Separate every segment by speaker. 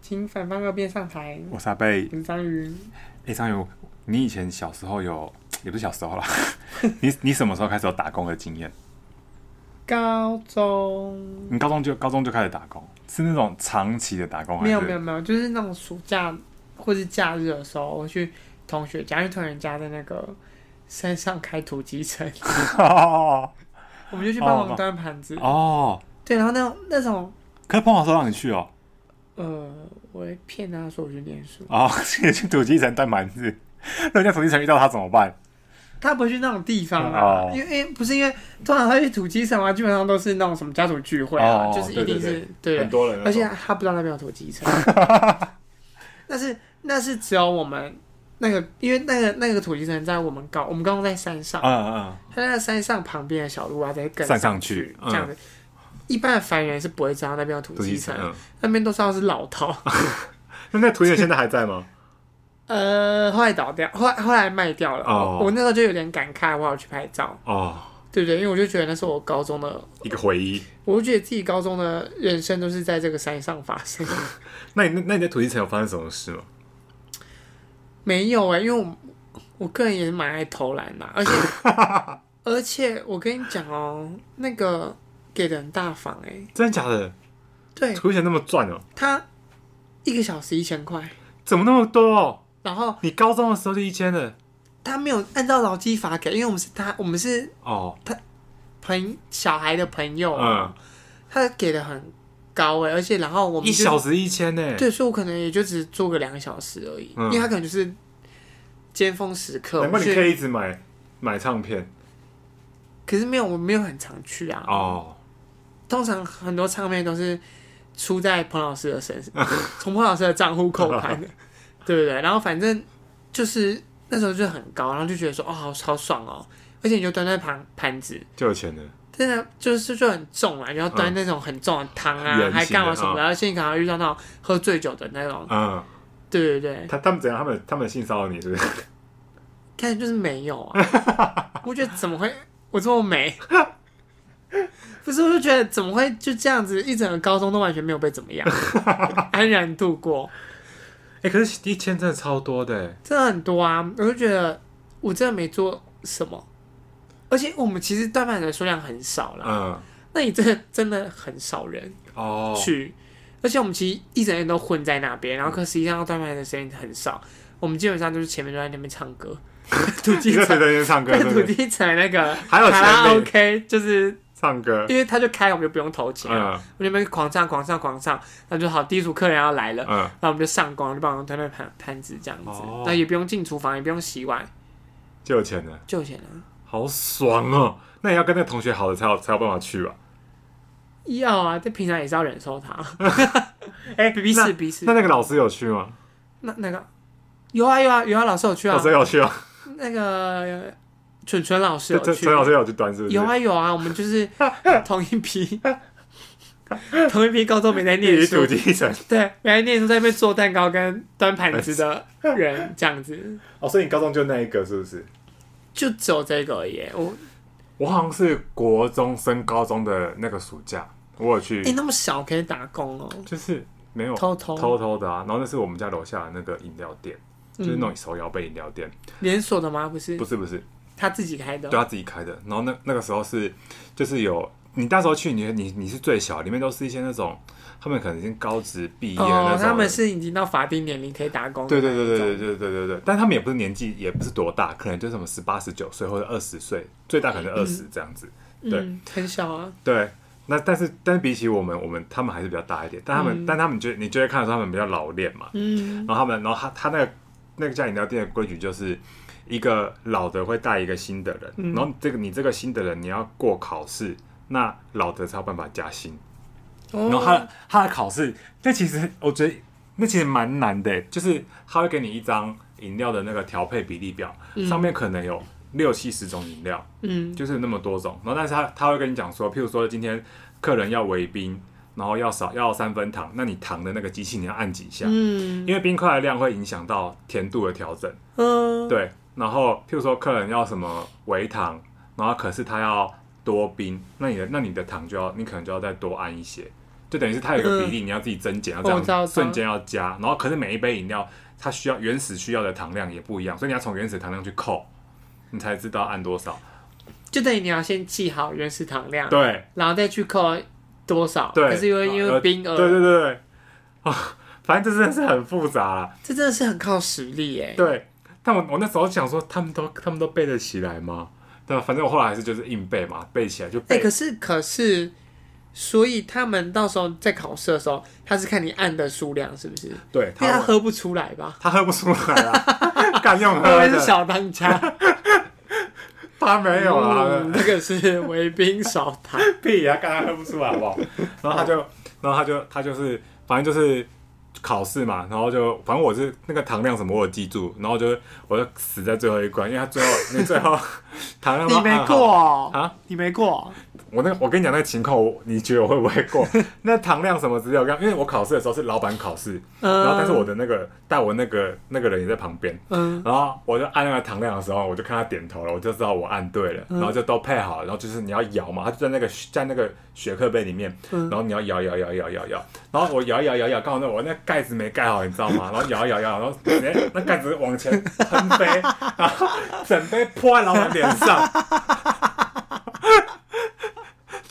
Speaker 1: 请反方二辩上台。
Speaker 2: 我是阿贝
Speaker 1: 我。是章鱼，
Speaker 2: 哎，张友，你以前小时候有，也不是小时候啦， 你你什么时候开始有打工的经验？
Speaker 1: 高中
Speaker 2: 你高中就高中就开始打工，是那种长期的打工还是？
Speaker 1: 没有没有没有，就是那种暑假或是假日的时候，我去同学家，因为同学家在那个山上开土鸡 城，
Speaker 2: 有。
Speaker 1: 我们就去
Speaker 2: 哦
Speaker 1: 帮忙端盘子。
Speaker 2: 哦，
Speaker 1: 对，然后那种那种
Speaker 2: 可是碰好说让你去哦。
Speaker 1: 呃，我会骗他说我去念书，
Speaker 2: 哦，也去土鸡城带盘子，人家土鸡城遇到他怎么办？
Speaker 1: 他不会去那种地方啊，
Speaker 2: 哦
Speaker 1: 因为因为不是因为通常他去土鸡城啊，基本上都是那种什么家族聚会啊，
Speaker 2: 哦
Speaker 1: 就是一定是对
Speaker 2: 很多人啊
Speaker 1: 而且他不知道那边有土鸡城，但是那是只有我们那个，因为那个那个土鸡城在我们高，我们高中在山上，
Speaker 2: 嗯嗯
Speaker 1: 他在山上旁边的小路啊，再跟
Speaker 2: 散
Speaker 1: 上
Speaker 2: 上去嗯
Speaker 1: 这样子。一般的凡人是不会知道那边有土
Speaker 2: 嗯，
Speaker 1: 鸡城，那边都知道是老套，
Speaker 2: 那那土鸡城现在还 在吗？
Speaker 1: 呃，后来倒掉，后来后来卖掉了。
Speaker 2: 哦
Speaker 1: 我我那时候就有点感慨，我要去拍照，
Speaker 2: 哦，
Speaker 1: 对不对？因为我就觉得那是我高中的，
Speaker 2: 一个回忆。
Speaker 1: 我就觉得自己高中的人生都是在这个山上发生的。
Speaker 2: 那你那那你在土鸡城有发生什么事吗？
Speaker 1: 没有哎、因为我我个人也是蛮爱偷懒的、啊而且 而且我跟你讲哦、那个给的很大方哎、
Speaker 2: 真的假的？
Speaker 1: 对
Speaker 2: 土鸡城那么赚哦？
Speaker 1: 他一个小时一千块，
Speaker 2: 怎么那么多？哦
Speaker 1: 然后
Speaker 2: 你高中的时候就一千了？
Speaker 1: 他没有按照劳基法给，因为我们是他我们是
Speaker 2: 哦，
Speaker 1: 朋小孩的朋友啊，
Speaker 2: 嗯，
Speaker 1: 他给的很高哎、而且然后我们
Speaker 2: 一
Speaker 1: 就
Speaker 2: 小时一千呢？
Speaker 1: 对，所以我可能也就只做个两个小时而已，
Speaker 2: 嗯
Speaker 1: 因为他可能就是尖峰时刻，
Speaker 2: 难怪
Speaker 1: 我
Speaker 2: 哎你
Speaker 1: 去
Speaker 2: 可以一直买买唱片
Speaker 1: 可是没有我没有很常去啊，
Speaker 2: 哦。
Speaker 1: 通常很多唱片都是出在彭老师的身上， 从彭老师的账户扣款的， 对不对？然后反正就是那时候就很高，然后就觉得说哦，好好爽哦，而且你就端在盘盘子，
Speaker 2: 就有钱了，
Speaker 1: 真的就是就很重啊，你要端那种很重的汤啊，
Speaker 2: 嗯圆形的哦
Speaker 1: 还干嘛什么的，而且你可能还遇到那种喝醉酒的那种，
Speaker 2: 嗯，
Speaker 1: 对对对，
Speaker 2: 他他们怎样？他们他们性骚扰你是不是？
Speaker 1: 看就是没有啊， 我觉得怎么会我这么美？不是，我就觉得怎么会就这样子，一整个高中都完全没有被怎么 样，安然度过。
Speaker 2: 哎、可是一千真的超多的，
Speaker 1: 真的很多啊！我就觉得我真的没做什么，而且我们其实断板的数量很少啦。
Speaker 2: 嗯，
Speaker 1: 那你真的真的很少人
Speaker 2: 哦，
Speaker 1: 去，而且我们其实一整天都混在那边，然后可实际上断板的时间很少。我们基本上就是前面都在那边唱 歌，土
Speaker 2: 一
Speaker 1: 鸡
Speaker 2: 个在
Speaker 1: 城，
Speaker 2: 那边唱歌，
Speaker 1: 在
Speaker 2: 对
Speaker 1: 土
Speaker 2: 不对？
Speaker 1: 鸡城那个
Speaker 2: 还有
Speaker 1: 卡拉
Speaker 2: 前面
Speaker 1: OK，就是
Speaker 2: 唱歌，
Speaker 1: 因为他就开，我们就不用投钱啊，
Speaker 2: 嗯
Speaker 1: 我们就在那边狂唱狂唱狂唱，那就好，第一组客人要来了，
Speaker 2: 嗯，
Speaker 1: 然后我们就上光，就帮我们端端盘盘子这样子，
Speaker 2: 哦
Speaker 1: 那也不用进厨房，也不用洗碗，
Speaker 2: 就有钱了，
Speaker 1: 就有钱啊，
Speaker 2: 好爽哦！那也要跟那个同学好的才有才有办法去吧？
Speaker 1: 要啊，但平常也是要忍受 他。哎、鼻
Speaker 2: 那
Speaker 1: 屎鼻屎，
Speaker 2: 那那个老师有去吗？
Speaker 1: 那那个有啊有啊有啊，老师有去啊
Speaker 2: 老，师有去啊？
Speaker 1: 那个蠢蠢老师
Speaker 2: 陈
Speaker 1: 有
Speaker 2: 陈
Speaker 1: 去
Speaker 2: 陈，老师有去端是不是？
Speaker 1: 有啊有啊，我们就是 同一批，同一批高中没在
Speaker 2: 地
Speaker 1: 念
Speaker 2: 理土
Speaker 1: 书，
Speaker 2: 鸡城
Speaker 1: 对，没在念书，在那边做蛋糕跟端盘子的人，这样子
Speaker 2: 哦，所以你高中就那一个是不是？
Speaker 1: 就只有这个而已。我
Speaker 2: 我好像是国中升高中的那个暑假，我有去，
Speaker 1: 哎、那么小可以打工哦，
Speaker 2: 就是没有
Speaker 1: 偷偷
Speaker 2: 偷偷的啊。然后那是我们家楼下的那个饮料店，就是
Speaker 1: 嗯
Speaker 2: 那种手摇杯饮料店，
Speaker 1: 连锁的吗？不是，
Speaker 2: 不是不是，
Speaker 1: 他自己开的哦
Speaker 2: 对。他啊自己开的。然后那那个时候是，就是有你那时候去，你你你是最小，里面都是一些那种他们可能已经高职毕业的那种
Speaker 1: 哦，
Speaker 2: 人。
Speaker 1: 他们是已经到法定年龄可以打工的
Speaker 2: 对
Speaker 1: 那一
Speaker 2: 对
Speaker 1: 种。
Speaker 2: 对对对对对对对，但他们也不是年纪也不是多大，可能就什么十八十九岁或者二十岁，最大可能二十这样子。对
Speaker 1: 嗯，很小啊。
Speaker 2: 对，那但是但是比起我们，我们他们还是比较大一点，但他们、但他们就你就会看得出他们比较老练嘛。
Speaker 1: 嗯，
Speaker 2: 然后他们，然后他他那个那个家饮料店的规矩就是，一个老的会带一个新的人，然后这个你这个新的人你要过考试，那老的才有办法加薪。
Speaker 1: 然
Speaker 2: 然
Speaker 1: 哦
Speaker 2: 后他的他的考试，那其实我觉得那其实蛮难的，就是他会给你一张饮料的那个调配比例表，上面可能有六七十种饮料，
Speaker 1: 嗯
Speaker 2: 就是那么多种。然后但是他他会跟你讲说，譬如说今天客人要围冰，然后要少要三分糖，那你糖的那个机器你要按几下，
Speaker 1: 嗯
Speaker 2: 因为冰块的量会影响到甜度的调整，
Speaker 1: 嗯，
Speaker 2: 对。然后，譬如说客人要什么微糖，然后可是他要多冰，那你的那你的糖就要，你可能就要再多按一些，就等于是它有一个比例，你要自己增减，要这
Speaker 1: 嗯我知道我
Speaker 2: 样
Speaker 1: 知道
Speaker 2: 瞬间要加。然后可是每一杯饮料它需要原始需要的糖量也不一样，所以你要从原始糖量去扣，你才知道按多少。
Speaker 1: 就等于你要先记好原始糖量，
Speaker 2: 对
Speaker 1: 然后再去扣多少，
Speaker 2: 对，
Speaker 1: 可是因为因为
Speaker 2: 呃
Speaker 1: 冰
Speaker 2: 对
Speaker 1: 额，
Speaker 2: 对对对啊，反正这真的是很复杂啦。
Speaker 1: 这真的是很靠实力耶。
Speaker 2: 对，但我我那时候想说，他们都他们都背得起来吗？对啊吧？反正我后来还是就是硬背嘛，背起来就
Speaker 1: 哎、
Speaker 2: 背。
Speaker 1: 可是可是，所以他们到时候在考试的时候，他是看你按的数量是不是？因
Speaker 2: 对
Speaker 1: 为他
Speaker 2: 他
Speaker 1: 喝不出来吧？
Speaker 2: 他喝不出来啊，敢用喝
Speaker 1: 他们是
Speaker 2: 的，
Speaker 1: 小当 家，
Speaker 2: 他没有啊
Speaker 1: 嗯，那个是为兵少糖。
Speaker 2: 屁啊，刚刚喝不出来好不好？然后他就，然后他就他就是，反正就是考试嘛，然后就反正我是那个糖量什么我有记住，然后就是我就死在最后一关，因为他最后那最 后糖量 都
Speaker 1: 你没
Speaker 2: 按好
Speaker 1: 过 哦
Speaker 2: 啊？
Speaker 1: 你没过哦？
Speaker 2: 我那我跟你讲那个情况，我你觉得我会不会过？ 那糖量什么资料？因为我考试的时候是老板考试，
Speaker 1: 嗯
Speaker 2: 然后但是我的那个带我那个那个人也在旁边，
Speaker 1: 嗯，
Speaker 2: 然后我就按那个糖量的时候，我就看他点头了，我就知道我按对了，
Speaker 1: 嗯
Speaker 2: 然后就都配好了，然后就是你要摇嘛，他就在那个在那个雪克杯里面，
Speaker 1: 嗯
Speaker 2: 然后你要摇摇摇摇摇摇，然后我摇一摇摇一摇，刚好那我那盖子没盖好，你知道吗？然后摇一摇摇，然后直接那盖子往前喷飞， 然后整杯泼在老板脸上。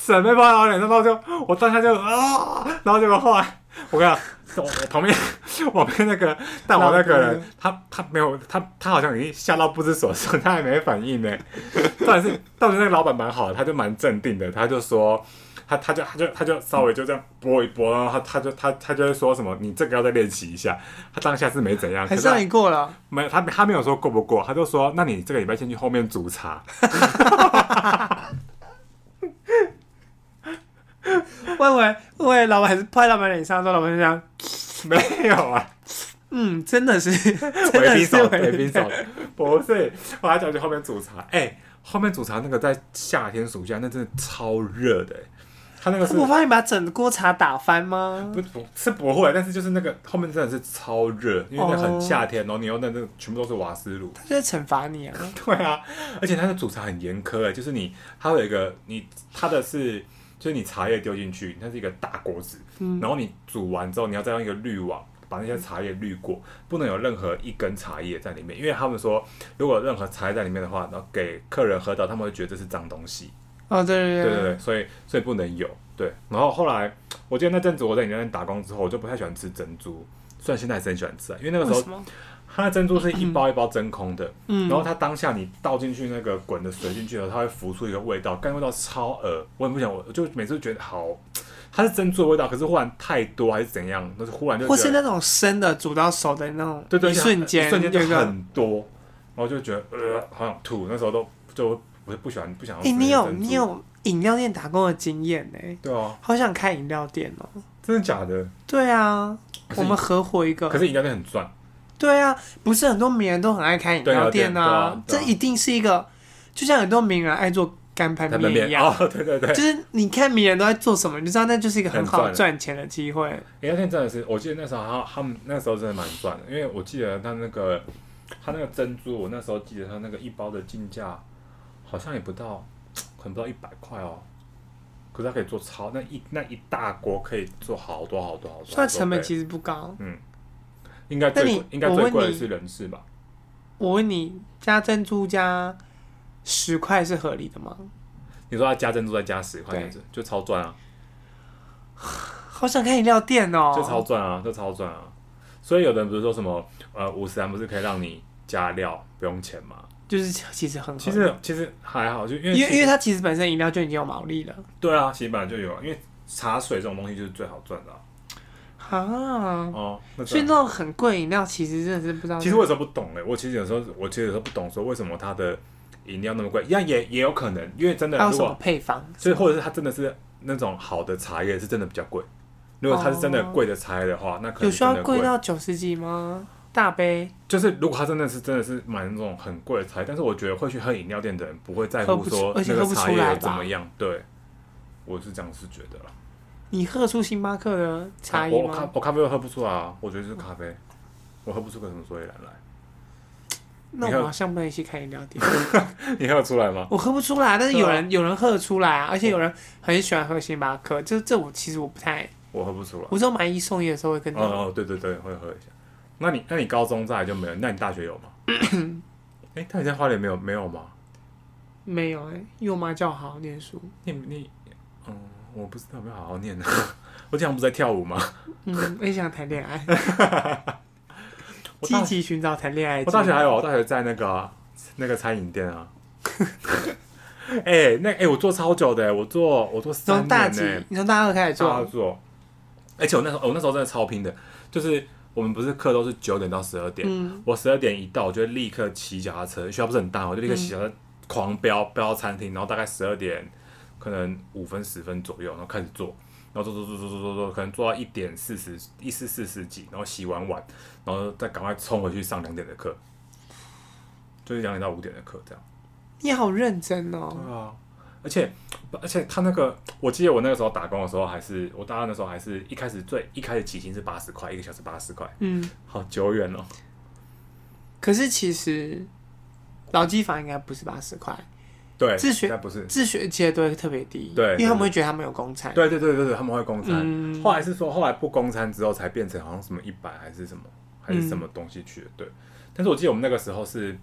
Speaker 2: 整杯泼在老板脸上，然后就我当下就啊，然后结果后来我跟你讲，我我旁边我旁边那个但我那个
Speaker 1: 老板
Speaker 2: 人，他他没有他他好像已经吓到不知所措，他还没反 应呢。但是但是那个老板蛮好的，他就蛮镇定的，他就说。他他就他就他就稍微就这样拨一拨，然后他他就他他就会说什么，你这个要再练习一下。他当下是没怎样，可
Speaker 1: 还
Speaker 2: 是
Speaker 1: 是
Speaker 2: 他
Speaker 1: 让你过了。
Speaker 2: 没有他他没有说过不过，他就说那你这个礼拜先去后面煮 茶。
Speaker 1: 我以为我以为老板还是拍老板脸上，说老板就这样，
Speaker 2: 没有啊，
Speaker 1: 嗯，真的 是， 真
Speaker 2: 回
Speaker 1: 的
Speaker 2: 冰
Speaker 1: 是
Speaker 2: 手，
Speaker 1: 为
Speaker 2: 回冰手， 不是，我还想去后面煮茶。哎、后面煮茶那个在夏天暑假那真的超热的、欸，他那个是
Speaker 1: 我怕你把整锅茶打翻吗？
Speaker 2: 不不是不会，但是就是那个后面真的是超热，因为那
Speaker 1: 哦
Speaker 2: 很夏天，然后你又那那全部都是瓦斯炉。
Speaker 1: 他就在惩罚你啊！
Speaker 2: 对啊，而且它的煮茶很严苛哎，就是你它会有一个你它的是就是你茶叶丢进去，它是一个大锅子，然后你煮完之后，你要再用一个滤网把那些茶叶滤过，不能有任何一根茶叶在里面，因为他们说如果有任何茶叶在里面的话，然后给客人喝到，他们会觉得这是脏东西。
Speaker 1: 哦，对对
Speaker 2: 对对对，所以所以不能有。对，然后后来我记得那阵子我在你那边打工之后，我就不太喜欢吃珍珠，虽然现在还是很喜欢吃啊，因为那个时
Speaker 1: 为
Speaker 2: 候
Speaker 1: 什么？
Speaker 2: 它的珍珠是一包一包真空的，
Speaker 1: 嗯
Speaker 2: 然后它当下你倒进去那个滚的水进去了，它会浮出一个味道，干味道超恶，我很不想，我我就每次觉得好，它是珍珠的味道，可是忽然太多还是怎样，那是忽然就
Speaker 1: 或
Speaker 2: 觉
Speaker 1: 是
Speaker 2: 得
Speaker 1: 那种生的煮到熟的那种，
Speaker 2: 对对，
Speaker 1: 一瞬间
Speaker 2: 一瞬间就
Speaker 1: 有一个。
Speaker 2: 很多，然后就觉得呃好想吐，那时候都就我就不喜欢不想要
Speaker 1: 哎、
Speaker 2: 吃那
Speaker 1: 你
Speaker 2: 个珍
Speaker 1: 有
Speaker 2: 珠。
Speaker 1: 你有饮料店打工的经验呢、
Speaker 2: 对啊，
Speaker 1: 好想开饮料店哦、
Speaker 2: 真的假的？
Speaker 1: 对啊，
Speaker 2: 可是
Speaker 1: 我们合伙一个
Speaker 2: 可。是饮料店很赚，
Speaker 1: 对啊，不是很多名人都很爱开饮料店
Speaker 2: 对啊对啊对
Speaker 1: 这
Speaker 2: 啊
Speaker 1: 一定是一个，就像很多名人爱做干拌
Speaker 2: 他们
Speaker 1: 面一
Speaker 2: 面
Speaker 1: 样。
Speaker 2: 哦，对对对
Speaker 1: 就，是你看名人都在做什么，你就知道那就是一个很好
Speaker 2: 很赚
Speaker 1: 赚钱的机 会。
Speaker 2: 饮料店真的是，我记得那时候他他们那时候真的蛮赚的，因为我记得他那个他那个珍珠，我那时候记得他那个一包的进价好像也不到，可能不到一百块哦。可是他可以做超那一那一大锅可以做好多好多好多好多
Speaker 1: 所以它成本
Speaker 2: 倍
Speaker 1: 其实不高。
Speaker 2: 应该最
Speaker 1: 那你
Speaker 2: 贵应该
Speaker 1: 我问
Speaker 2: 最贵的
Speaker 1: 你
Speaker 2: 是人事吧？
Speaker 1: 我问你，加珍珠加十块是合理的吗？
Speaker 2: 你说他加珍珠再加十块
Speaker 1: 对
Speaker 2: 这样子，就超赚啊，
Speaker 1: 好想开饮料店哦、
Speaker 2: 就超赚啊，就超赚啊。所以有的人不是说什么呃五十元不是可以让你加料不用钱吗？
Speaker 1: 就是其实很合理
Speaker 2: 其实其实还好，就因为
Speaker 1: 因
Speaker 2: 其
Speaker 1: 为
Speaker 2: 实
Speaker 1: 因为它其实本身饮料就已经有毛利了
Speaker 2: 对啊，其实本来就有，啊，因为茶水这种东西就是最好赚的、啊。
Speaker 1: 啊，
Speaker 2: 哦，那
Speaker 1: 所以那
Speaker 2: 真的
Speaker 1: 种很贵饮料其实真的是不知道。
Speaker 2: 其实我有时候不懂哎、我其实有时候我其实有时候不懂说为什么它的饮料那么贵，一样也也有可能，因为真的
Speaker 1: 还有
Speaker 2: 如
Speaker 1: 什么
Speaker 2: 果
Speaker 1: 配方？
Speaker 2: 所以或者是它真的是那种好的茶叶是真的比较贵。如果它是真的贵的茶叶的话，那
Speaker 1: 哦
Speaker 2: 可
Speaker 1: 有
Speaker 2: 能
Speaker 1: 需
Speaker 2: 真
Speaker 1: 要
Speaker 2: 的
Speaker 1: 贵到九十几吗？大杯
Speaker 2: 就是如果它真的是真的是买那种很贵的茶叶，但是我觉得会去喝饮料店的人不会在
Speaker 1: 喝
Speaker 2: 乎
Speaker 1: 不出
Speaker 2: 说
Speaker 1: 而且
Speaker 2: 那个
Speaker 1: 喝不出
Speaker 2: 茶
Speaker 1: 来
Speaker 2: 叶
Speaker 1: 吧
Speaker 2: 怎么样。对，我是这样是觉得啦。
Speaker 1: 你喝得出星巴克的差异
Speaker 2: 我我咖
Speaker 1: 吗？
Speaker 2: 我咖啡都喝不出来啊，我觉得是咖啡，我喝不出个什么所以然来。
Speaker 1: 那我
Speaker 2: 你看
Speaker 1: 们好像不能一起开饮料店，
Speaker 2: 你喝得出来吗？
Speaker 1: 我喝不出来，但是
Speaker 2: 对啊哦
Speaker 1: 有人有人喝得出来啊，而且有人很喜欢喝星巴克，这这我其实我不太
Speaker 2: 我喝不出来。
Speaker 1: 我只有买一送一的时候会跟
Speaker 2: 哦
Speaker 1: 到。
Speaker 2: 哦，对对对，会喝一下。那你那你高中再来就没有？那你大学有 吗？哎、但你在花莲没有没有吗？
Speaker 1: 没有哎、因为我妈叫我好好念书。
Speaker 2: 你你嗯，我不知道有没有好好念呢、 我这样不是在跳舞吗？
Speaker 1: 嗯，也想谈恋 爱，
Speaker 2: 我
Speaker 1: 积
Speaker 2: 大
Speaker 1: 极寻找谈恋爱的机
Speaker 2: 我
Speaker 1: 会。
Speaker 2: 大学还有，我大学在那个啊、那个餐饮店 啊。哎、那哎、我做超久的、我做我做三
Speaker 1: 从大
Speaker 2: 年
Speaker 1: 几
Speaker 2: 呢、？
Speaker 1: 你从大二开始
Speaker 2: 大
Speaker 1: 做？
Speaker 2: 做。而且我那时候哦我那时候真的超拼的，就是我们不是课都是九点到十二点，
Speaker 1: 嗯
Speaker 2: 我十二点一到，我就立刻骑脚踏车，学校不是很大嘛，我就立刻骑脚踏车狂飙飙到餐厅，然后大概十二点可能五分十分左右，然后开始做，然后做做做做做做做，可能做到一点四十一四四十几，然后洗完碗，然后再赶快冲回去上两点的课，就是两点到五点的课这样。
Speaker 1: 你好认真哦。
Speaker 2: 对啊，而且而且他那个，我记得我那个时候打工的时候，还是我大二的时候，还是一开始最一开始起薪是八十块，一个小时八十块，
Speaker 1: 嗯，
Speaker 2: 好久远哦。
Speaker 1: 可是其实劳基法应该不是八十块，
Speaker 2: 对，
Speaker 1: 自学
Speaker 2: 应该不是，
Speaker 1: 自学阶都会特别低，
Speaker 2: 对
Speaker 1: 因为他们会觉得他们有公产。
Speaker 2: 对对对对对，他们会供餐。
Speaker 1: 嗯
Speaker 2: 后来是说，后来不供餐之后才变成好像什么一百还是什么还是
Speaker 1: 嗯
Speaker 2: 什么东西去了。对，但是我记得我们那个时候是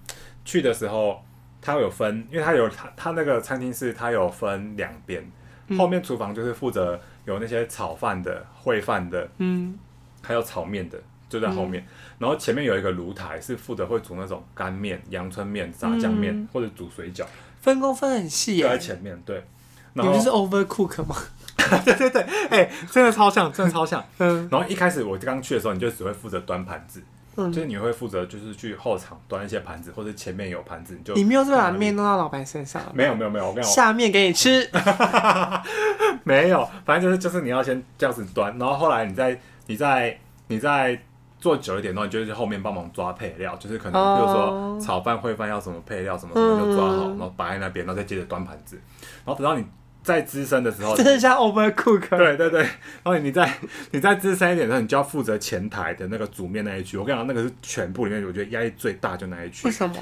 Speaker 2: 去的时候，它有分，因为它有它它那个餐厅是它有分两边，
Speaker 1: 嗯
Speaker 2: 后面厨房就是负责有那些炒饭的、烩饭的，
Speaker 1: 嗯，
Speaker 2: 还有炒面的，就在后面。然后前面有一个炉台是负责会煮那种干面、阳春面、炸酱面、
Speaker 1: 嗯
Speaker 2: 或者煮水饺，
Speaker 1: 分工分很细
Speaker 2: 就在
Speaker 1: 耶。
Speaker 2: 前面。对，
Speaker 1: 你
Speaker 2: 然后
Speaker 1: 们是 overcook 吗？
Speaker 2: 哎、真的超像，真的超像。
Speaker 1: 嗯
Speaker 2: 然后一开始我刚去的时候，你就只会负责端盘子，就
Speaker 1: 嗯，
Speaker 2: 是你会负责就是去后场端一些盘子，或者前面有盘子你就
Speaker 1: 你没有是把面弄到老板身上了，
Speaker 2: 没有哦没有没有，我跟你讲
Speaker 1: 下面给你吃。
Speaker 2: 没有，反正就是就是你要先这样子端，然后后来你再你再你再做久一点，然后你就去后面帮忙抓配料，就是可能
Speaker 1: 哦
Speaker 2: 比如说炒饭、烩饭要什么配料什么什么就抓好，
Speaker 1: 嗯
Speaker 2: 然后摆在那边，然后再接着端盘子，然后等到你再资深的 时候，
Speaker 1: 真的像 overcook。
Speaker 2: 对对对，然后你再你再资深一点的时候，你就要负责前台的那个煮面那一区。我跟你讲，那个是全部里面我觉得压力最大就那一区
Speaker 1: 为，什么？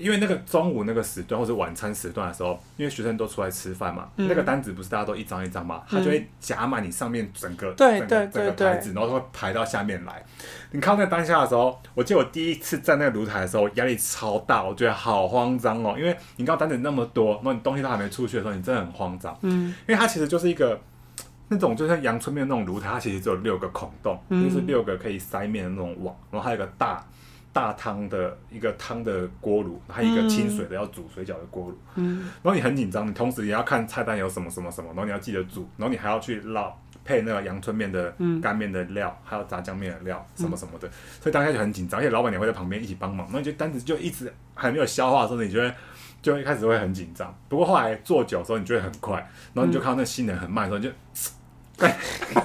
Speaker 2: 因为那个中午那个时段或者晚餐时段的时候，因为学生都出来吃饭嘛，那个单子不是大家都一张一张嘛，它就会夹满你上面整个
Speaker 1: 对
Speaker 2: 整个
Speaker 1: 对
Speaker 2: 整个
Speaker 1: 对
Speaker 2: 牌子，然后它会排到下面来。你看到那个当下的时候，我记得我第一次站那个炉台的时候，压力超大，我觉得好慌张哦，因为你看到单子那么多，然后你东西都还没出去的时候，你真的很慌张。
Speaker 1: 嗯，
Speaker 2: 因为它其实就是一个那种就像阳春面那种炉台，它其实只有六个孔洞，
Speaker 1: 嗯
Speaker 2: 就是六个可以塞面的那种网，然后还有一个大大汤的一个汤的锅炉，还有一个清水的要煮水饺的锅炉。
Speaker 1: 嗯，
Speaker 2: 然后你很紧张，你同时也要看菜单有什么什么什么，然后你要记得煮，然后你还要去烙配那个阳春面的
Speaker 1: 嗯
Speaker 2: 干面的料，还有炸酱面的料什么什么的，所以当下就很紧张，而且老板娘会在旁边一起帮忙，那你就单子就一直还没有消化的时候，你就会就一开始会很紧张，不过后来做久的时候，你就会很快，然后你就看到那新人很慢的时候，你就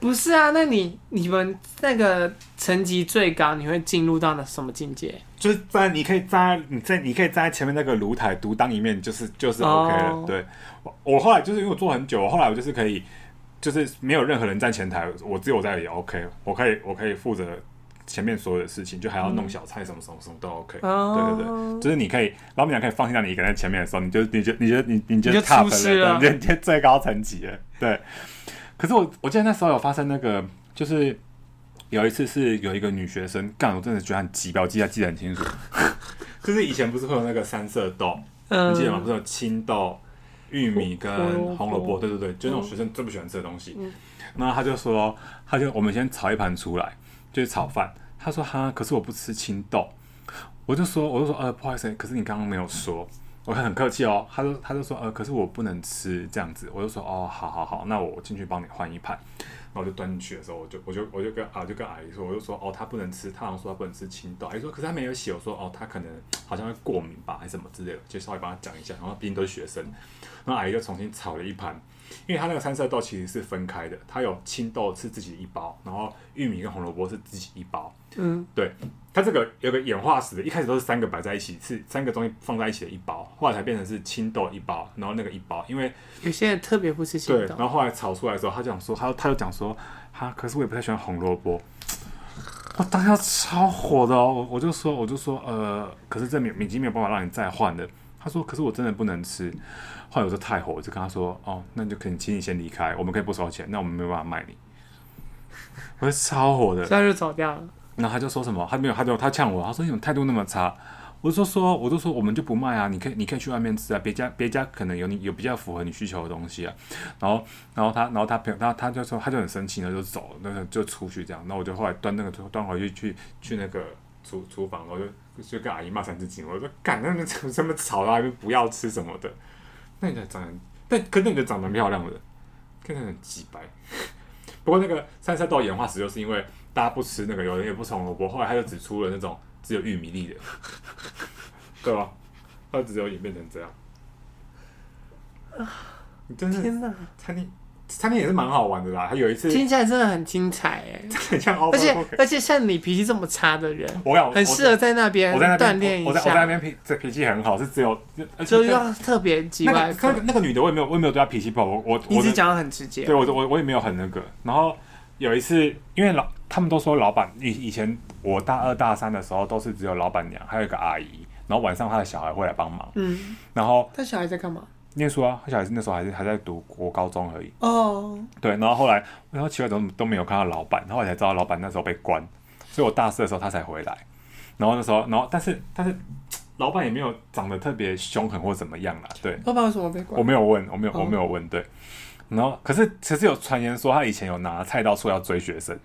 Speaker 1: 不是啊，那你你们那个层级最高，你会进入到那什么境界？
Speaker 2: 就是站，你可以站在你在你可以站在前面那个炉台独当一面，就是就是
Speaker 1: 哦
Speaker 2: OK 了。对我我后来就是因为我做很久，后来我就是可以，就是没有任何人站前台，我只有我在里 OK，我可以我可以负责前面所有的事情，就还要弄小菜什么什么什么都 OK、
Speaker 1: 哦
Speaker 2: 对对对，就是你可以老板娘可以放心让你一个人在前面的时候，你就你就你就你你就
Speaker 1: 你就
Speaker 2: top
Speaker 1: 出师了
Speaker 2: 了，对你就最高层级了。对，可是我我记得那时候有发生那个就是。有一次是有一个女学生，干，我真的觉得很急标，记得记得很清楚。 就是以前不是会有那个三色豆，
Speaker 1: 嗯，
Speaker 2: 你记得吗？不是有青豆、玉米跟红
Speaker 1: 红
Speaker 2: 萝
Speaker 1: 萝卜
Speaker 2: 卜，嗯对对对，就那种学生最不喜欢吃的东西。然后他就说，他就我们先炒一盘出来，就是炒饭。他说哈，可是我不吃青豆。我就说，我就说，呃，不好意思，可是你刚刚没有说。我很客气哦，他就他就说，呃，可是我不能吃这样子，我就说，哦，好好好，那我进去帮你换一盘，然后我就端进去的时候，我就我就我就跟啊就跟阿姨说，我就说，哦，他不能吃，他好像说他不能吃青豆，阿姨说，可是他没有写，我说，哦，他可能好像会过敏吧，还是什么之类的，就稍微帮他讲一下，然后毕竟都是学生，然后阿姨就重新炒了一盘，因为它那个三色豆其实是分开的，它有青豆是自己一包，然后玉米跟红萝卜是自己一包。
Speaker 1: 嗯，
Speaker 2: 对，它这个有个演化史的，一开始都是三个摆在一起，是三个东西放在一起的一包，后来才变成是青豆一包，然后那个一包，因为
Speaker 1: 有些人特别不吃
Speaker 2: 对，
Speaker 1: 青
Speaker 2: 然
Speaker 1: 豆，
Speaker 2: 后后来炒出来的时候，他就想说，他他就讲说，哈，可是我也不太喜欢红萝卜。我当下超火的哦，我我就说，我就说，呃，可是这没已经没有办法让你再换了。他说：“可是我真的不能吃。”后来我说太火，我就跟他说：“哦，那你就可以，请你先离开，我们可以不收钱，那我们没有办法卖你。”我就超火的
Speaker 1: 所以，他就吵架了。
Speaker 2: 然后他就说什么，他没有，他就他呛我，他说你怎么态度那么差？我就说，我就说我们就不卖啊，你可以你可以去外面吃啊，别家别家可能有你有比较符合你需求的东西啊。然后然后他然后他朋友他他就说他就很生气，然后就走，那个就出去这样。那我就后来端那个端回去去去那个厨厨房，我就就跟阿姨骂三字经，我说干那那这么吵啊，就不要吃什么的。那你的长得，但可是你的长得蛮漂亮的，看起来很鸡白。不过那个三色豆演化史就是因为大家不吃那个，有人也不吃红萝卜，后来他就只出了那种只有玉米粒的， 对吧？他只有演变成这样。你真是
Speaker 1: 嗯天哪，
Speaker 2: 餐厅，餐厅也是蛮好玩的啦。他有一次
Speaker 1: 听起来真的很精彩哎！
Speaker 2: 很像 o
Speaker 1: 而
Speaker 2: p
Speaker 1: 且
Speaker 2: e
Speaker 1: 而且像你脾气这么差的人，
Speaker 2: 我想
Speaker 1: 很适合在那边
Speaker 2: 我在那边
Speaker 1: 锻炼
Speaker 2: 我
Speaker 1: 一
Speaker 2: 在我在那
Speaker 1: 下，
Speaker 2: 边脾这脾气很好，是只有而且
Speaker 1: 就要特别叽
Speaker 2: 那
Speaker 1: 歪
Speaker 2: 个那个
Speaker 1: 风。
Speaker 2: 那个女的我也没有我也没有对她脾气不好，我我
Speaker 1: 你
Speaker 2: 我
Speaker 1: 只
Speaker 2: 的
Speaker 1: 讲的很直接
Speaker 2: 对，我我我也没有很那个。然后有一次，因为老他们都说老板以以前我大二大三的时候都是只有老板娘，还有一个阿姨，然后晚上她的小孩会来帮忙。
Speaker 1: 嗯，
Speaker 2: 然后
Speaker 1: 他小孩在干嘛？
Speaker 2: 念书啊，她小孩是那时候还是还在读国高中而已。
Speaker 1: 哦，
Speaker 2: 对，然后后来然后奇怪怎么都没有看到老板，然后我才知道老板那时候被关，所以我大四的时候他才回来。然后那时候，然后但是但是老板也没有长得特别凶狠或怎么样啦，对。
Speaker 1: 爸爸为什么被
Speaker 2: 我
Speaker 1: 关？
Speaker 2: 没有问，我没有，
Speaker 1: 哦
Speaker 2: 我没有问，对。然后，可是其实有传言说他以前有拿菜刀说要追学生，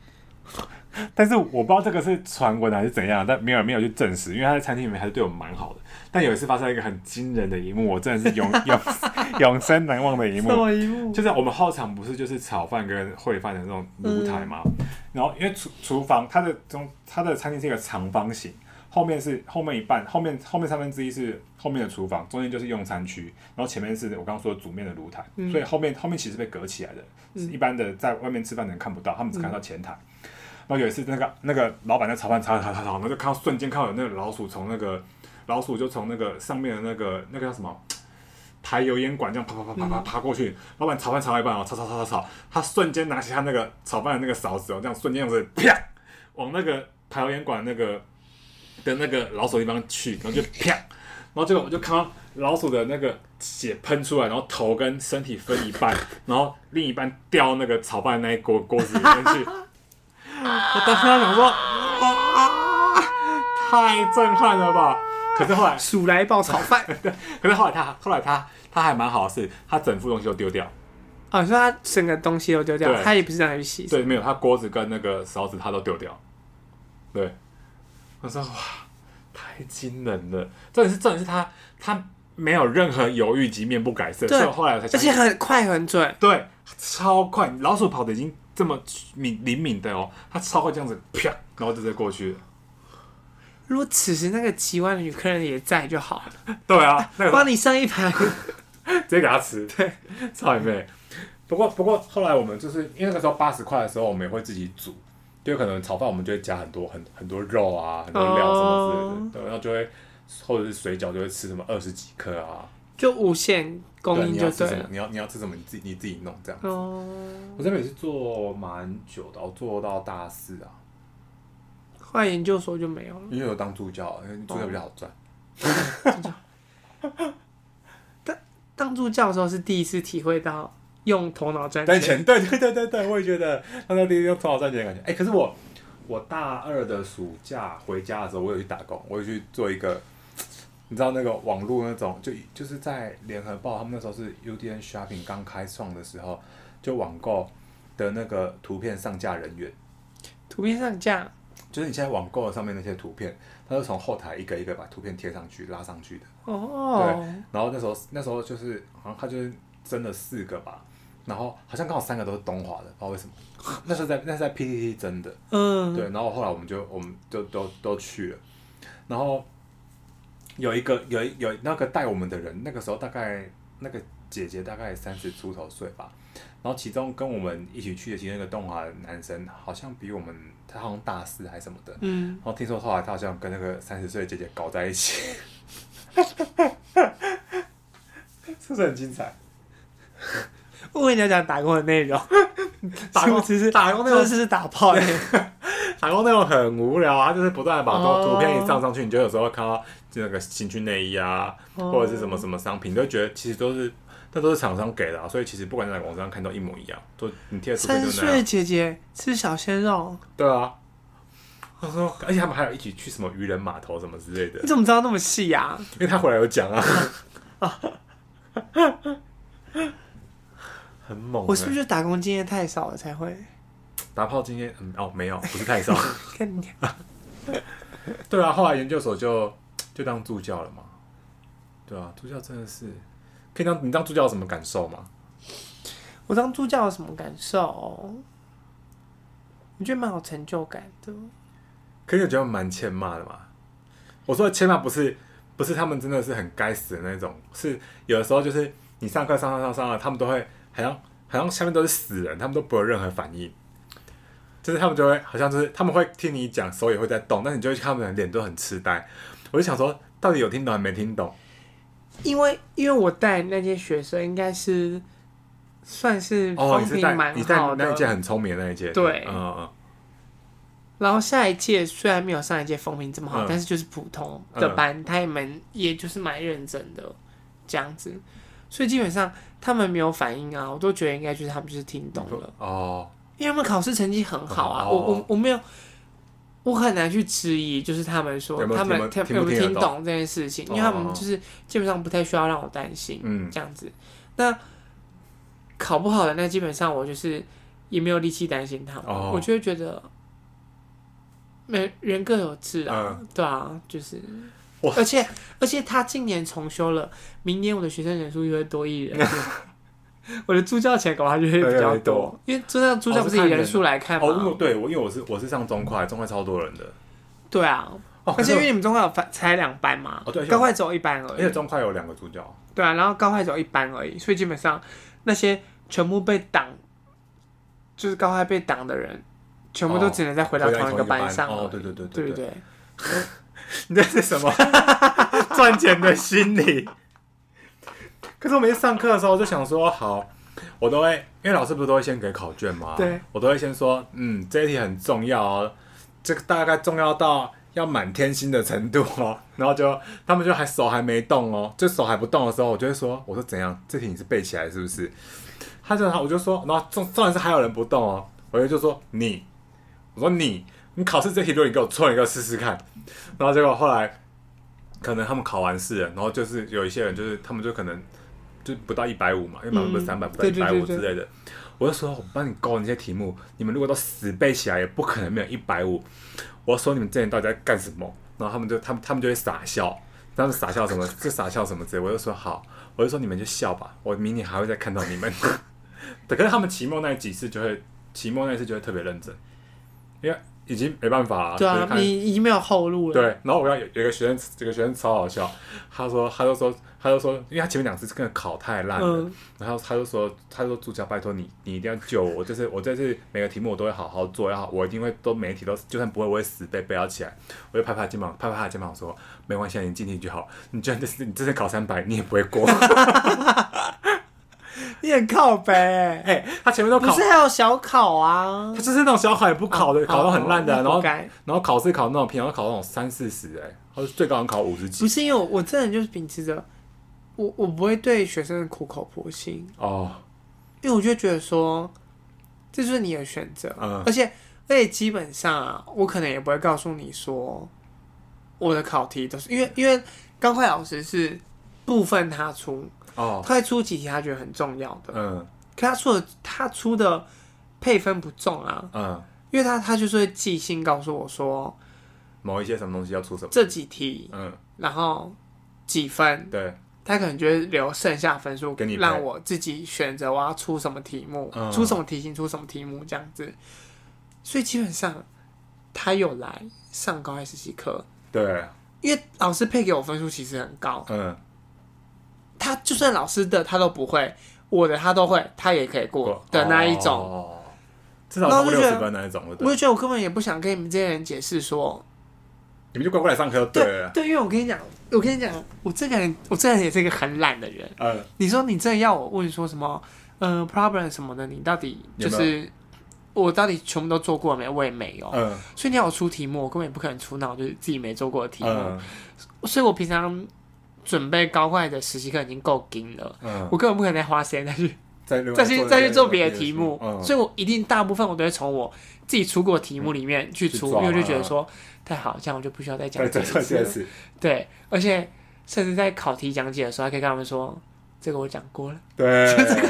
Speaker 2: 但是我不知道这个是传闻还是怎样，但没有没有去证实，因为他在餐厅里面还是对我们蛮好的。但有一次发生一个很惊人的一幕，我真的是 永永 永生难忘的一幕。
Speaker 1: 什么一幕？
Speaker 2: 就是我们后场不是就是炒饭跟烩饭的那种炉台嘛，然后因为厨厨房它的中它的餐厅是一个长方形，后面是后面一半，后面后面三分之一是后面的厨房，中间就是用餐区，然后前面是我刚刚说的煮面的炉台，所以后面后面其实被隔起来的，是一般的在外面吃饭的人看不到，他们只看到前台。然后有一次，那个那个老板在炒饭炒炒炒炒，然后就看到瞬间看到有那个老鼠从那个老鼠就从那个上面的那个那个叫什么排油烟管这样啪啪啪啪啪爬过去，老板炒饭炒到一半哦，炒炒炒炒炒，他瞬间拿起他那个炒饭的那个勺子哦，这样瞬间这样子啪往那个排油烟管那个的那个老鼠地方去，然后就啪，然后结果我就看到老鼠的那个血喷出来，然后头跟身体分一半，然后另一半掉那个炒饭的那一锅锅子里面去。我当时想说，哇，太震撼了吧！可是后来，
Speaker 1: 鼠来宝炒 饭
Speaker 2: 可是后来他后来他他还蛮好的是，他整副东西都丢掉。
Speaker 1: 啊！你说他整个东西都丢掉，
Speaker 2: 对
Speaker 1: 他也不是让他去洗。
Speaker 2: 对，没有，他锅子跟那个勺子他都丢掉。对，我说哇，太惊人了！重点是重点是他他没有任何犹豫及面不改色，
Speaker 1: 对
Speaker 2: 所以我后来我才
Speaker 1: 而
Speaker 2: 相
Speaker 1: 且
Speaker 2: 信，
Speaker 1: 很快很准，
Speaker 2: 对，超快，老鼠跑的已经这么敏灵敏的哦，他超快这样子啪，然后就直接过去了。
Speaker 1: 如果此时那个奇怪的女客人也在就好了，
Speaker 2: 对啊，那个
Speaker 1: 帮你上一盘。
Speaker 2: 直接给他吃，对，操你妹！不过不过后来我们就是因为那个时候八十块的时候，我们也会自己煮，就可能炒饭我们就会加很多很很多肉啊，很多料
Speaker 1: 哦
Speaker 2: 什么之类的，对，然后就会或者是水饺就会吃什么二十几颗啊，
Speaker 1: 就无限供
Speaker 2: 对，
Speaker 1: 应
Speaker 2: 你
Speaker 1: 就
Speaker 2: 要吃
Speaker 1: 对
Speaker 2: 什么
Speaker 1: 了。
Speaker 2: 你要你要吃什么你自己你自己弄这样。
Speaker 1: 哦，
Speaker 2: 我这边也是做蛮久的，我做到大四啊，
Speaker 1: 后来研究所就没有了。
Speaker 2: 因为我当助教，啊因为助教比较好赚。
Speaker 1: 当助教的时候是第一次体会到用头脑赚
Speaker 2: 赚
Speaker 1: 钱，
Speaker 2: 钱，对对对对对，我也觉得他那第一用头脑赚钱的感觉。哎、可是我我大二的暑假回家的时候，我有去打工，我有去做一个，你知道那个网络那种，就就是在联合报他们那时候是 UDN Shopping 刚开创的时候，就网购的那个图片上架人员，
Speaker 1: 图片上架，
Speaker 2: 就是你现在网购上面那些图片，他是从后台一个一个把图片贴上去拉上去的。
Speaker 1: 哦，
Speaker 2: 然后那时候那时候就是好像他就是争了四个吧，然后好像刚好三个都是东华的，不知道为什么。 那时候在那是在 PTT 争的，
Speaker 1: 嗯，
Speaker 2: 对，然后后来我们就我们就都都去了，然后有一个有一有那个带我们的人，那个时候大概那个姐姐大概三十出头岁吧，然后其中跟我们一起去的其中一个东华的男生，好像比我们他好像大四还是什么的，
Speaker 1: 嗯，
Speaker 2: 然后听说后来他好像跟那个三十岁的姐姐搞在一起， 是不是很精彩？
Speaker 1: 我跟你讲打工的内容，
Speaker 2: 打工
Speaker 1: 是不是
Speaker 2: 打工内容
Speaker 1: 是不是打炮的，
Speaker 2: 打工内容很无聊啊，就是不断的把
Speaker 1: 哦
Speaker 2: 图图片一上上去，你就有时候看到那个情趣内衣啊，或者是什么什么商品，你就觉得其实都是那都是厂商给的、啊，所以其实不管在哪个网站看都一模一样，都你贴的图片
Speaker 1: 三
Speaker 2: 就那
Speaker 1: 岁
Speaker 2: 样。
Speaker 1: 姐姐吃小鲜肉，
Speaker 2: 对啊，他说，而且他们还有一起去什么渔人码头什么之类的
Speaker 1: 你，怎么知道那么细呀、
Speaker 2: 因为他回来 有讲啊，很猛、欸。
Speaker 1: 我是不是就打工经验太少了才会？
Speaker 2: 打炮经验？嗯，哦，没有，不是太 少。
Speaker 1: 跟你
Speaker 2: 对啊，后来研究所就就当助教了嘛。对啊，助教真的是可以当你当助教有什么感受吗？
Speaker 1: 我当助教有什么感受？我觉得蛮有成就感的。
Speaker 2: 可是我觉得蛮欠骂的嘛。我说的欠骂不是不是他们真的是很该死的那种，是有的时候就是你上课上上上上了，他们都会好像好像下面都是死人，他们都不会有任何反应。就是他们就会好像就是他们会听你讲，手也会在动，但你就会看他们的脸都很痴呆。我就想说，到底有听懂还没听懂？
Speaker 1: 因为因为我带那些学生应该是算是
Speaker 2: 哦，
Speaker 1: 风
Speaker 2: 你是
Speaker 1: 评
Speaker 2: 在
Speaker 1: 蛮
Speaker 2: 你在
Speaker 1: 好的，
Speaker 2: 那一届很聪明的那一届，
Speaker 1: 对
Speaker 2: 嗯嗯嗯，
Speaker 1: 然后下一届虽然没有上一届风评这么好，
Speaker 2: 嗯
Speaker 1: 但是就是普通的班，他也蛮也就是蛮认真的这样子，所以基本上他们没有反应啊，我都觉得应该就是他们就是听懂了，
Speaker 2: 哦，
Speaker 1: 因为他们考试成绩很好啊，
Speaker 2: 哦
Speaker 1: 我我我没有。我很难去质疑，就是他们说
Speaker 2: 有没有
Speaker 1: 他们
Speaker 2: 听不
Speaker 1: 有没有
Speaker 2: 听
Speaker 1: 听
Speaker 2: 得
Speaker 1: 懂这件事情，因为
Speaker 2: 哦
Speaker 1: 他
Speaker 2: 哦
Speaker 1: 们
Speaker 2: 哦
Speaker 1: 就是基本上不太需要让我担心。
Speaker 2: 嗯，
Speaker 1: 这样子。那考不好的，那基本上我就是也没有力气担心他们，
Speaker 2: 哦
Speaker 1: 我就会觉得，每人各有志啊，对啊，就是
Speaker 2: 嗯哇。
Speaker 1: 而且而且他今年重修了，明年我的学生人数就会多一 人。我的助教钱搞他就会比较
Speaker 2: 对对
Speaker 1: 多
Speaker 2: 对，
Speaker 1: 因为助教助教
Speaker 2: 哦
Speaker 1: 不
Speaker 2: 是
Speaker 1: 是以
Speaker 2: 看人
Speaker 1: 人数来看
Speaker 2: 哦，因为
Speaker 1: 嘛？
Speaker 2: 对我因为我是我是上中快，中快超多人的，
Speaker 1: 对啊，
Speaker 2: 哦，
Speaker 1: 而且因为
Speaker 2: 可是
Speaker 1: 你们中快有分才两班嘛
Speaker 2: 哦对，
Speaker 1: 高快只有一班
Speaker 2: 我
Speaker 1: 而
Speaker 2: 而且
Speaker 1: 已，
Speaker 2: 中快有两个主角，
Speaker 1: 对啊，然后高快只有一班而已，所以基本上那些全部被挡，就是高快被挡的人，全部都只能再回到
Speaker 2: 回到
Speaker 1: 同一
Speaker 2: 同
Speaker 1: 个
Speaker 2: 一个班
Speaker 1: 上了。
Speaker 2: 哦对对对
Speaker 1: 对
Speaker 2: 对 啊
Speaker 1: 对
Speaker 2: 你这是什么 赚钱的心理？可是我每次上课的时候，我就想说，好，我都会，因为老师不是都会先给考卷吗？
Speaker 1: 对，
Speaker 2: 我都会先说，嗯，这一题很重要哦，这个大概重要到要满天星的程度哦。 然后就他们就还手还没动哦，就手还不动的时候，我就会说，我说怎样，这题你是背起来是不是？他就我就说，然后重重点是还有人不动哦，我就就说你，我说你，你考试这题如果你给我错，你给我试试看。然后结果后来，可能他们考完试了，然后就是有一些人就是他们就可能就不到一百五嘛，因为满分不
Speaker 1: 嗯
Speaker 2: 是三百、不到
Speaker 1: 对
Speaker 2: 一
Speaker 1: 对
Speaker 2: 百
Speaker 1: 对
Speaker 2: 五之类的。我就说，我帮你勾那些题目，你们如果都死背起来，也不可能没有一百五。我说你们之前到底在干什么？然后他们就他们他们就会傻笑，他们傻笑什么？就傻笑什么之类。我就说好，我就说你们就笑吧，我明年还会再看到你们。 对，可是他们期末那几次就会，期末那次就会特别认真，因为已经没办法了。
Speaker 1: 对
Speaker 2: 就是
Speaker 1: 啊，
Speaker 2: 看
Speaker 1: 你已经没有后路了。
Speaker 2: 对，然后我要有有一个学生，这个学生超好笑，他说，他就说，他就说，因为他前面两次真的考太烂了，
Speaker 1: 嗯
Speaker 2: 然后他就说，他说助教，拜托你，你一定要救我，就是我这次每个题目我都会好好做，要好，我一定会都每一题都，就算不会，我也死背背要起来。我就拍拍肩膀，拍拍他的肩膀说，没关系，你尽力就好。你就算这次你这次考三百，你也不会过。
Speaker 1: 你很靠北、欸，
Speaker 2: 哎、他前面都
Speaker 1: 不
Speaker 2: 考
Speaker 1: 是，还有小考啊
Speaker 2: 他？就是那种小考也不考的，
Speaker 1: 哦
Speaker 2: 考到很烂的，
Speaker 1: 哦
Speaker 2: 然后
Speaker 1: 不该
Speaker 2: 然后考试考那种平常考那种三四十，哎，他说最高能考五十
Speaker 1: 不
Speaker 2: 几。
Speaker 1: 是因为我我真的就是秉持着，我我不会对学生苦口婆心，
Speaker 2: 哦，
Speaker 1: 因为我就觉得说，这就是你的选择，
Speaker 2: 嗯
Speaker 1: 而且而且基本上啊，我可能也不会告诉你说我的考题都是因为因为刚快老师是部分他出，
Speaker 2: 哦，
Speaker 1: 他会出几题他觉得很重要的，
Speaker 2: 嗯
Speaker 1: 可他出的他出的配分不重啊，
Speaker 2: 嗯。
Speaker 1: 因为他他就是会即兴告诉我说
Speaker 2: 某一些什么东西要出什么。
Speaker 1: 这几题，
Speaker 2: 嗯，
Speaker 1: 然后几分，
Speaker 2: 对，
Speaker 1: 他可能就会留剩下分数
Speaker 2: 给你
Speaker 1: 让
Speaker 2: 排
Speaker 1: 我自己选择我要出什么题目，
Speaker 2: 嗯
Speaker 1: 出什么题型，出什么题目这样子。所以基本上他有来上高二实习课，
Speaker 2: 对，
Speaker 1: 因为老师配给我分数其实很高，
Speaker 2: 嗯，
Speaker 1: 他就算老师的他都不会，我的他都会，他也可以过的那一种。
Speaker 2: 哦，至少超
Speaker 1: 然
Speaker 2: 过
Speaker 1: 后就
Speaker 2: 六
Speaker 1: 觉得
Speaker 2: 十分那一种，
Speaker 1: 我
Speaker 2: 对，
Speaker 1: 就觉得我根本也不想跟你们这些人解释说，
Speaker 2: 你们就乖乖来上课就对
Speaker 1: 对
Speaker 2: 了。
Speaker 1: 对，因为我跟你讲，我跟你讲，我这个人，我这个人也是一个很懒的人。
Speaker 2: 嗯，
Speaker 1: 你说你真的要我问说什么，呃，problem 什么的，你到底就是我到底全部都做过没？我也没有。
Speaker 2: 嗯
Speaker 1: 所以你要我出题目，我根本也不可能出那我就是自己没做过的题目。
Speaker 2: 嗯
Speaker 1: 所以我平常准备高快的实习课已经够紧了，
Speaker 2: 嗯，
Speaker 1: 我根本不可能再花时间再去
Speaker 2: 再另外
Speaker 1: 再去
Speaker 2: 一个
Speaker 1: 再去做别的题目。
Speaker 2: 嗯，
Speaker 1: 所以我一定大部分我都会从我自己出过的题目里面去
Speaker 2: 去
Speaker 1: 出，
Speaker 2: 抓
Speaker 1: 因为我就觉得
Speaker 2: 嗯
Speaker 1: 说太好，这样我就不需要再讲
Speaker 2: 对
Speaker 1: 这
Speaker 2: 对
Speaker 1: 一次
Speaker 2: 对
Speaker 1: 了。
Speaker 2: 是，
Speaker 1: 对，而且甚至在考题讲解的时候，还可以跟他们说。这个我讲过了，
Speaker 2: 对，就这个，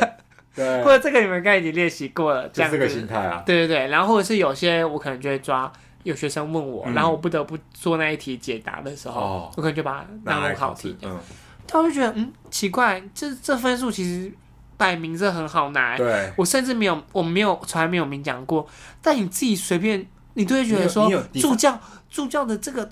Speaker 1: 或
Speaker 2: 对，
Speaker 1: 者这个你们刚才已经练习过了，这
Speaker 2: 呃
Speaker 1: 样子。
Speaker 2: 就是这个心态啊，
Speaker 1: 对对对，然后或者是有些我可能就会抓有学生问我，
Speaker 2: 嗯
Speaker 1: 然后我不得不做那一题解答的时候，
Speaker 2: 哦
Speaker 1: 我可能就把它
Speaker 2: 拿
Speaker 1: 纳
Speaker 2: 来
Speaker 1: 入考
Speaker 2: 考
Speaker 1: 题
Speaker 2: 试，。嗯，
Speaker 1: 但我就觉得，嗯，奇怪，这这分数其实嗯摆明这很好拿欸，
Speaker 2: 对，
Speaker 1: 我甚至没有，我没有从来没有明讲过，但你自己随便，你都会觉
Speaker 2: 你
Speaker 1: 得
Speaker 2: 有
Speaker 1: 说
Speaker 2: 你有你
Speaker 1: 助教助教的这个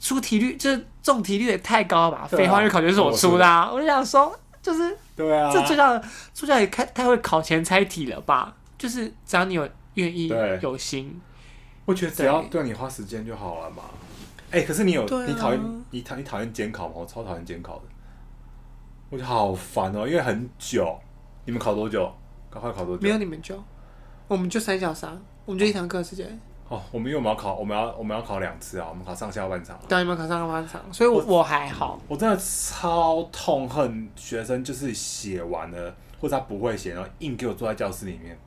Speaker 1: 出题率，就是中题率也太高了吧？
Speaker 2: 对啊
Speaker 1: 废话，这考卷是我出的啊！我就想说，就是
Speaker 2: 对啊，
Speaker 1: 这助教助教也开太会考前猜题了吧？就是只要你有愿意
Speaker 2: 对
Speaker 1: 有心，
Speaker 2: 我觉得只要对你花时间就好了嘛。哎、可是你有、
Speaker 1: 对啊
Speaker 2: 你讨厌你讨你讨厌监考吗？我超讨厌监考的，我觉得好烦哦，因为很久。你们考多久？赶快考多
Speaker 1: 没
Speaker 2: 久
Speaker 1: 有？你们就我们就三小时啊，我们就一堂课时间，
Speaker 2: 哦，我们因为我们要考，我们要我们要考两次啊，我们考上下半场啊。
Speaker 1: 对啊，你们考上了班场，所以我我嗯还好，
Speaker 2: 我真的超痛恨学生，就是写完了或者他不会写，然后硬给我坐在教室里面，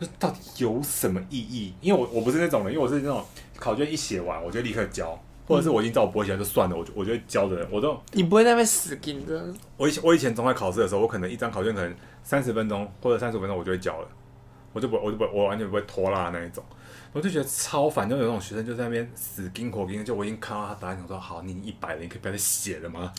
Speaker 2: 我说到底有什么意义？因为我我不是那种人，因为我是那种考卷一写完我就立刻交，或者是我已经知道我不会写就算了，我就我就会交的人。我都
Speaker 1: 你不会在那边死盯着，
Speaker 2: 我以前我以前中考考试的时候，我可能一张考卷可能三十分钟或者三十五分钟我就会交了，我就不我就不我完全不会拖拉那一种。我就觉得超烦，就有那种学生就在那边死盯活盯，就我已经看到他答案，想说好，你一百了，你可以不要再写了吗？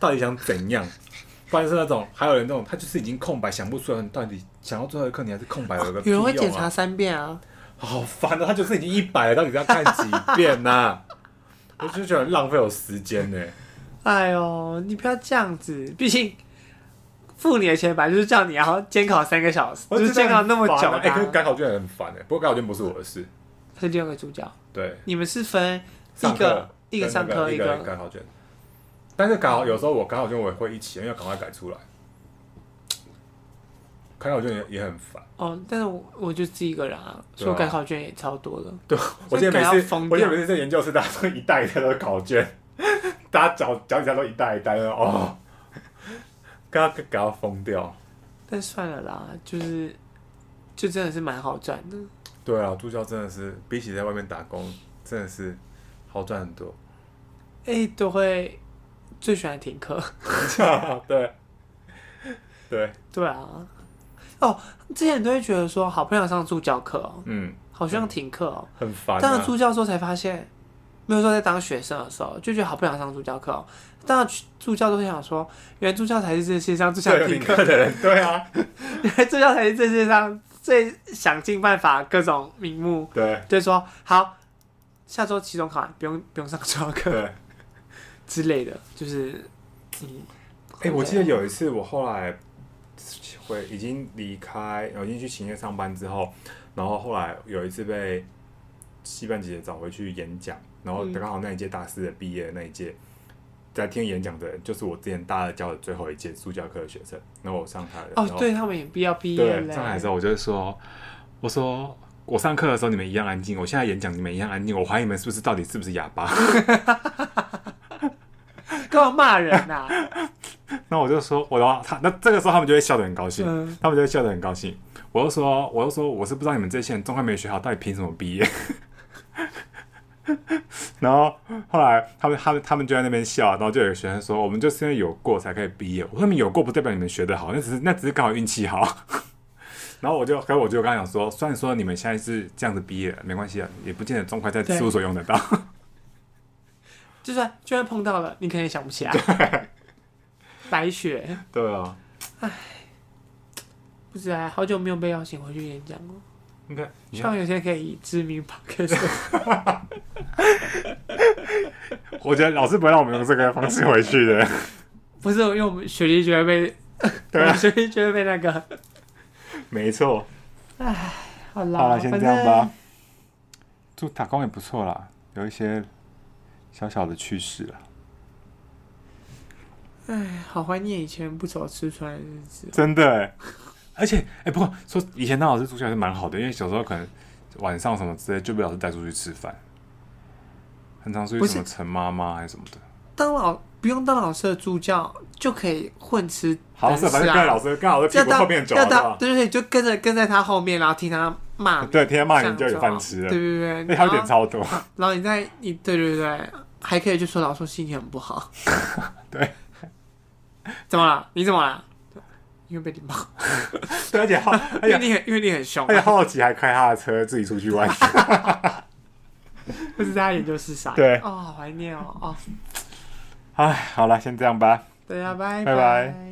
Speaker 2: 到底想怎样？ 不然是那种还有人那种，他就是已经空白，想不出来，你到底想要最后一刻你还是空白，有个屁
Speaker 1: 有人
Speaker 2: 用啊！
Speaker 1: 会检查三遍啊。
Speaker 2: 好烦啊！他就是已经一百了，到底要看几遍呐、 我就觉得很浪费我时间呢、E 啊
Speaker 1: 哎呦，你不要这样子，毕竟付你的钱本来就是叫你然后监考三个小时，
Speaker 2: 我
Speaker 1: 就是监考那么久
Speaker 2: 觉
Speaker 1: 的
Speaker 2: 得
Speaker 1: 啊、
Speaker 2: 很烦啊哎、可是改考卷很烦哎、不过改考卷不是我的事，
Speaker 1: 是另外一个主角。
Speaker 2: 对，
Speaker 1: 你们是分一
Speaker 2: 上
Speaker 1: 个
Speaker 2: 课
Speaker 1: 一个上课
Speaker 2: 跟那个一
Speaker 1: 个，
Speaker 2: 改考卷，但是改好有时候我改考卷我也会一起，因为要赶快改出来。改考卷也也很烦，
Speaker 1: 哦，但是我我就自己一个人啊，
Speaker 2: 对啊
Speaker 1: 所以我改考卷也超多的。
Speaker 2: 对 我记得
Speaker 1: 所以改到
Speaker 2: 每次
Speaker 1: 疯掉
Speaker 2: 我记得每次在研究室，大家都一袋一袋都是考卷， 大家脚脚底下都一袋一袋的哦，刚刚搞到疯掉。
Speaker 1: 但算了啦，就是就真的是蛮好赚的。
Speaker 2: 对啊，助教真的是比起在外面打工，真的是好赚很多。
Speaker 1: 哎、都会最喜欢停课。
Speaker 2: 对，对，
Speaker 1: 对啊，哦，之前都会觉得说好不想上助教课哦，
Speaker 2: 嗯，
Speaker 1: 好像停课哦。
Speaker 2: 很烦、啊。
Speaker 1: 当了助教之后才发现，没有说在当学生的时候就觉得好不想上助教课、哦。当了助教都会想说，原来助教才是这世界上最想
Speaker 2: 对有
Speaker 1: 听
Speaker 2: 停
Speaker 1: 课，
Speaker 2: 课的人，对啊，
Speaker 1: 原来助教才是这世界上最想尽办法各种名目，
Speaker 2: 对啊
Speaker 1: 就是说好，下周期中考完不用不用上助教课
Speaker 2: 对。
Speaker 1: 之类的，就是嗯，
Speaker 2: 哎、我记得有一次，我后来回已经离开，我已经去勤业上班之后，然后后来有一次被戏班姐姐找回去演讲，然后
Speaker 1: 嗯
Speaker 2: 刚好那一届大四的毕业的那一届，在听演讲的人就是我之前大二教的最后一届助教课的学生，然后我上台的时候，
Speaker 1: 哦，对他们也必要毕业
Speaker 2: 对，上来的时
Speaker 1: 嘞，
Speaker 2: 候我就说，我说我上课的时候你们一样安静，我现在演讲你们一样安静，我怀疑你们是不是到底是不是哑巴？
Speaker 1: 干嘛骂人啊呐、
Speaker 2: 那我就说，我然后他那这个时候他们就会笑得很高兴，
Speaker 1: 嗯
Speaker 2: 他们就会笑得很高兴。我就说，我就说，我是不知道你们这些人中华没学好，到底凭什么毕业？ 然后后来他们他们他们就在那边笑，然后就有学生说，我们就是因为有过才可以毕业。我说你们有过不代表你们学得好，那只是那只是刚好运气好。 然后我就，可是我就跟他讲说，虽然说你们现在是这样子毕业，没关系啊，也不见得中快在
Speaker 1: 对
Speaker 2: 事务所用得到。
Speaker 1: 就算就算碰到了，你可能也想不起来，白雪。
Speaker 2: 对啊，
Speaker 1: 不知道，好久没有被邀请回去演讲了。
Speaker 2: 应该
Speaker 1: 希望有一天可以以知名 p o d c a s
Speaker 2: 我觉得老师不会让我们用这个方式回去的。
Speaker 1: 不是因为我们学历就会被，
Speaker 2: 对啊
Speaker 1: 我 们学历就会被那个。
Speaker 2: 没错。
Speaker 1: 好啦，
Speaker 2: 好了，先
Speaker 1: 反
Speaker 2: 这
Speaker 1: 正
Speaker 2: 样吧。做打工也不错啦，有一些小小的趣事啦。
Speaker 1: 好怀念以前不愁吃穿的日子。
Speaker 2: 真的欸，哎、而且，哎、不过说以前当老师出去还是蛮好的，因为小时候可能晚上什么之类就被老师带出去吃饭，很常出去
Speaker 1: 不是
Speaker 2: 什么陈妈妈还是什么的。
Speaker 1: 当老不用当老师的助教就可以混吃
Speaker 2: 好，
Speaker 1: 等
Speaker 2: 是
Speaker 1: 死
Speaker 2: 反正跟
Speaker 1: 啊。
Speaker 2: 老师跟老师屁
Speaker 1: 要
Speaker 2: 股后
Speaker 1: 当
Speaker 2: 面走，
Speaker 1: 要
Speaker 2: 好不好
Speaker 1: 当对对对，就跟着跟在他后面，然后听他骂你，
Speaker 2: 对，天天骂
Speaker 1: 这
Speaker 2: 你
Speaker 1: 样
Speaker 2: 就有
Speaker 1: 好
Speaker 2: 饭吃
Speaker 1: 对哦
Speaker 2: 了，
Speaker 1: 对对，
Speaker 2: 那他
Speaker 1: 然
Speaker 2: 点
Speaker 1: 后
Speaker 2: 超多。
Speaker 1: 然后你在你对对对，还可以就说老师心情很不好。
Speaker 2: 对，
Speaker 1: 怎么了？你怎么了？因为被你骂，
Speaker 2: 对，而且好，而
Speaker 1: 因为
Speaker 2: 且
Speaker 1: 你很因为你很凶啊
Speaker 2: 而，且好奇还开他的车自己出去玩。
Speaker 1: 不知道他研究是啥。
Speaker 2: 对
Speaker 1: 哦，好怀念哦哦。
Speaker 2: 哎，好了，先这样吧。
Speaker 1: 大家拜
Speaker 2: 拜
Speaker 1: 拜。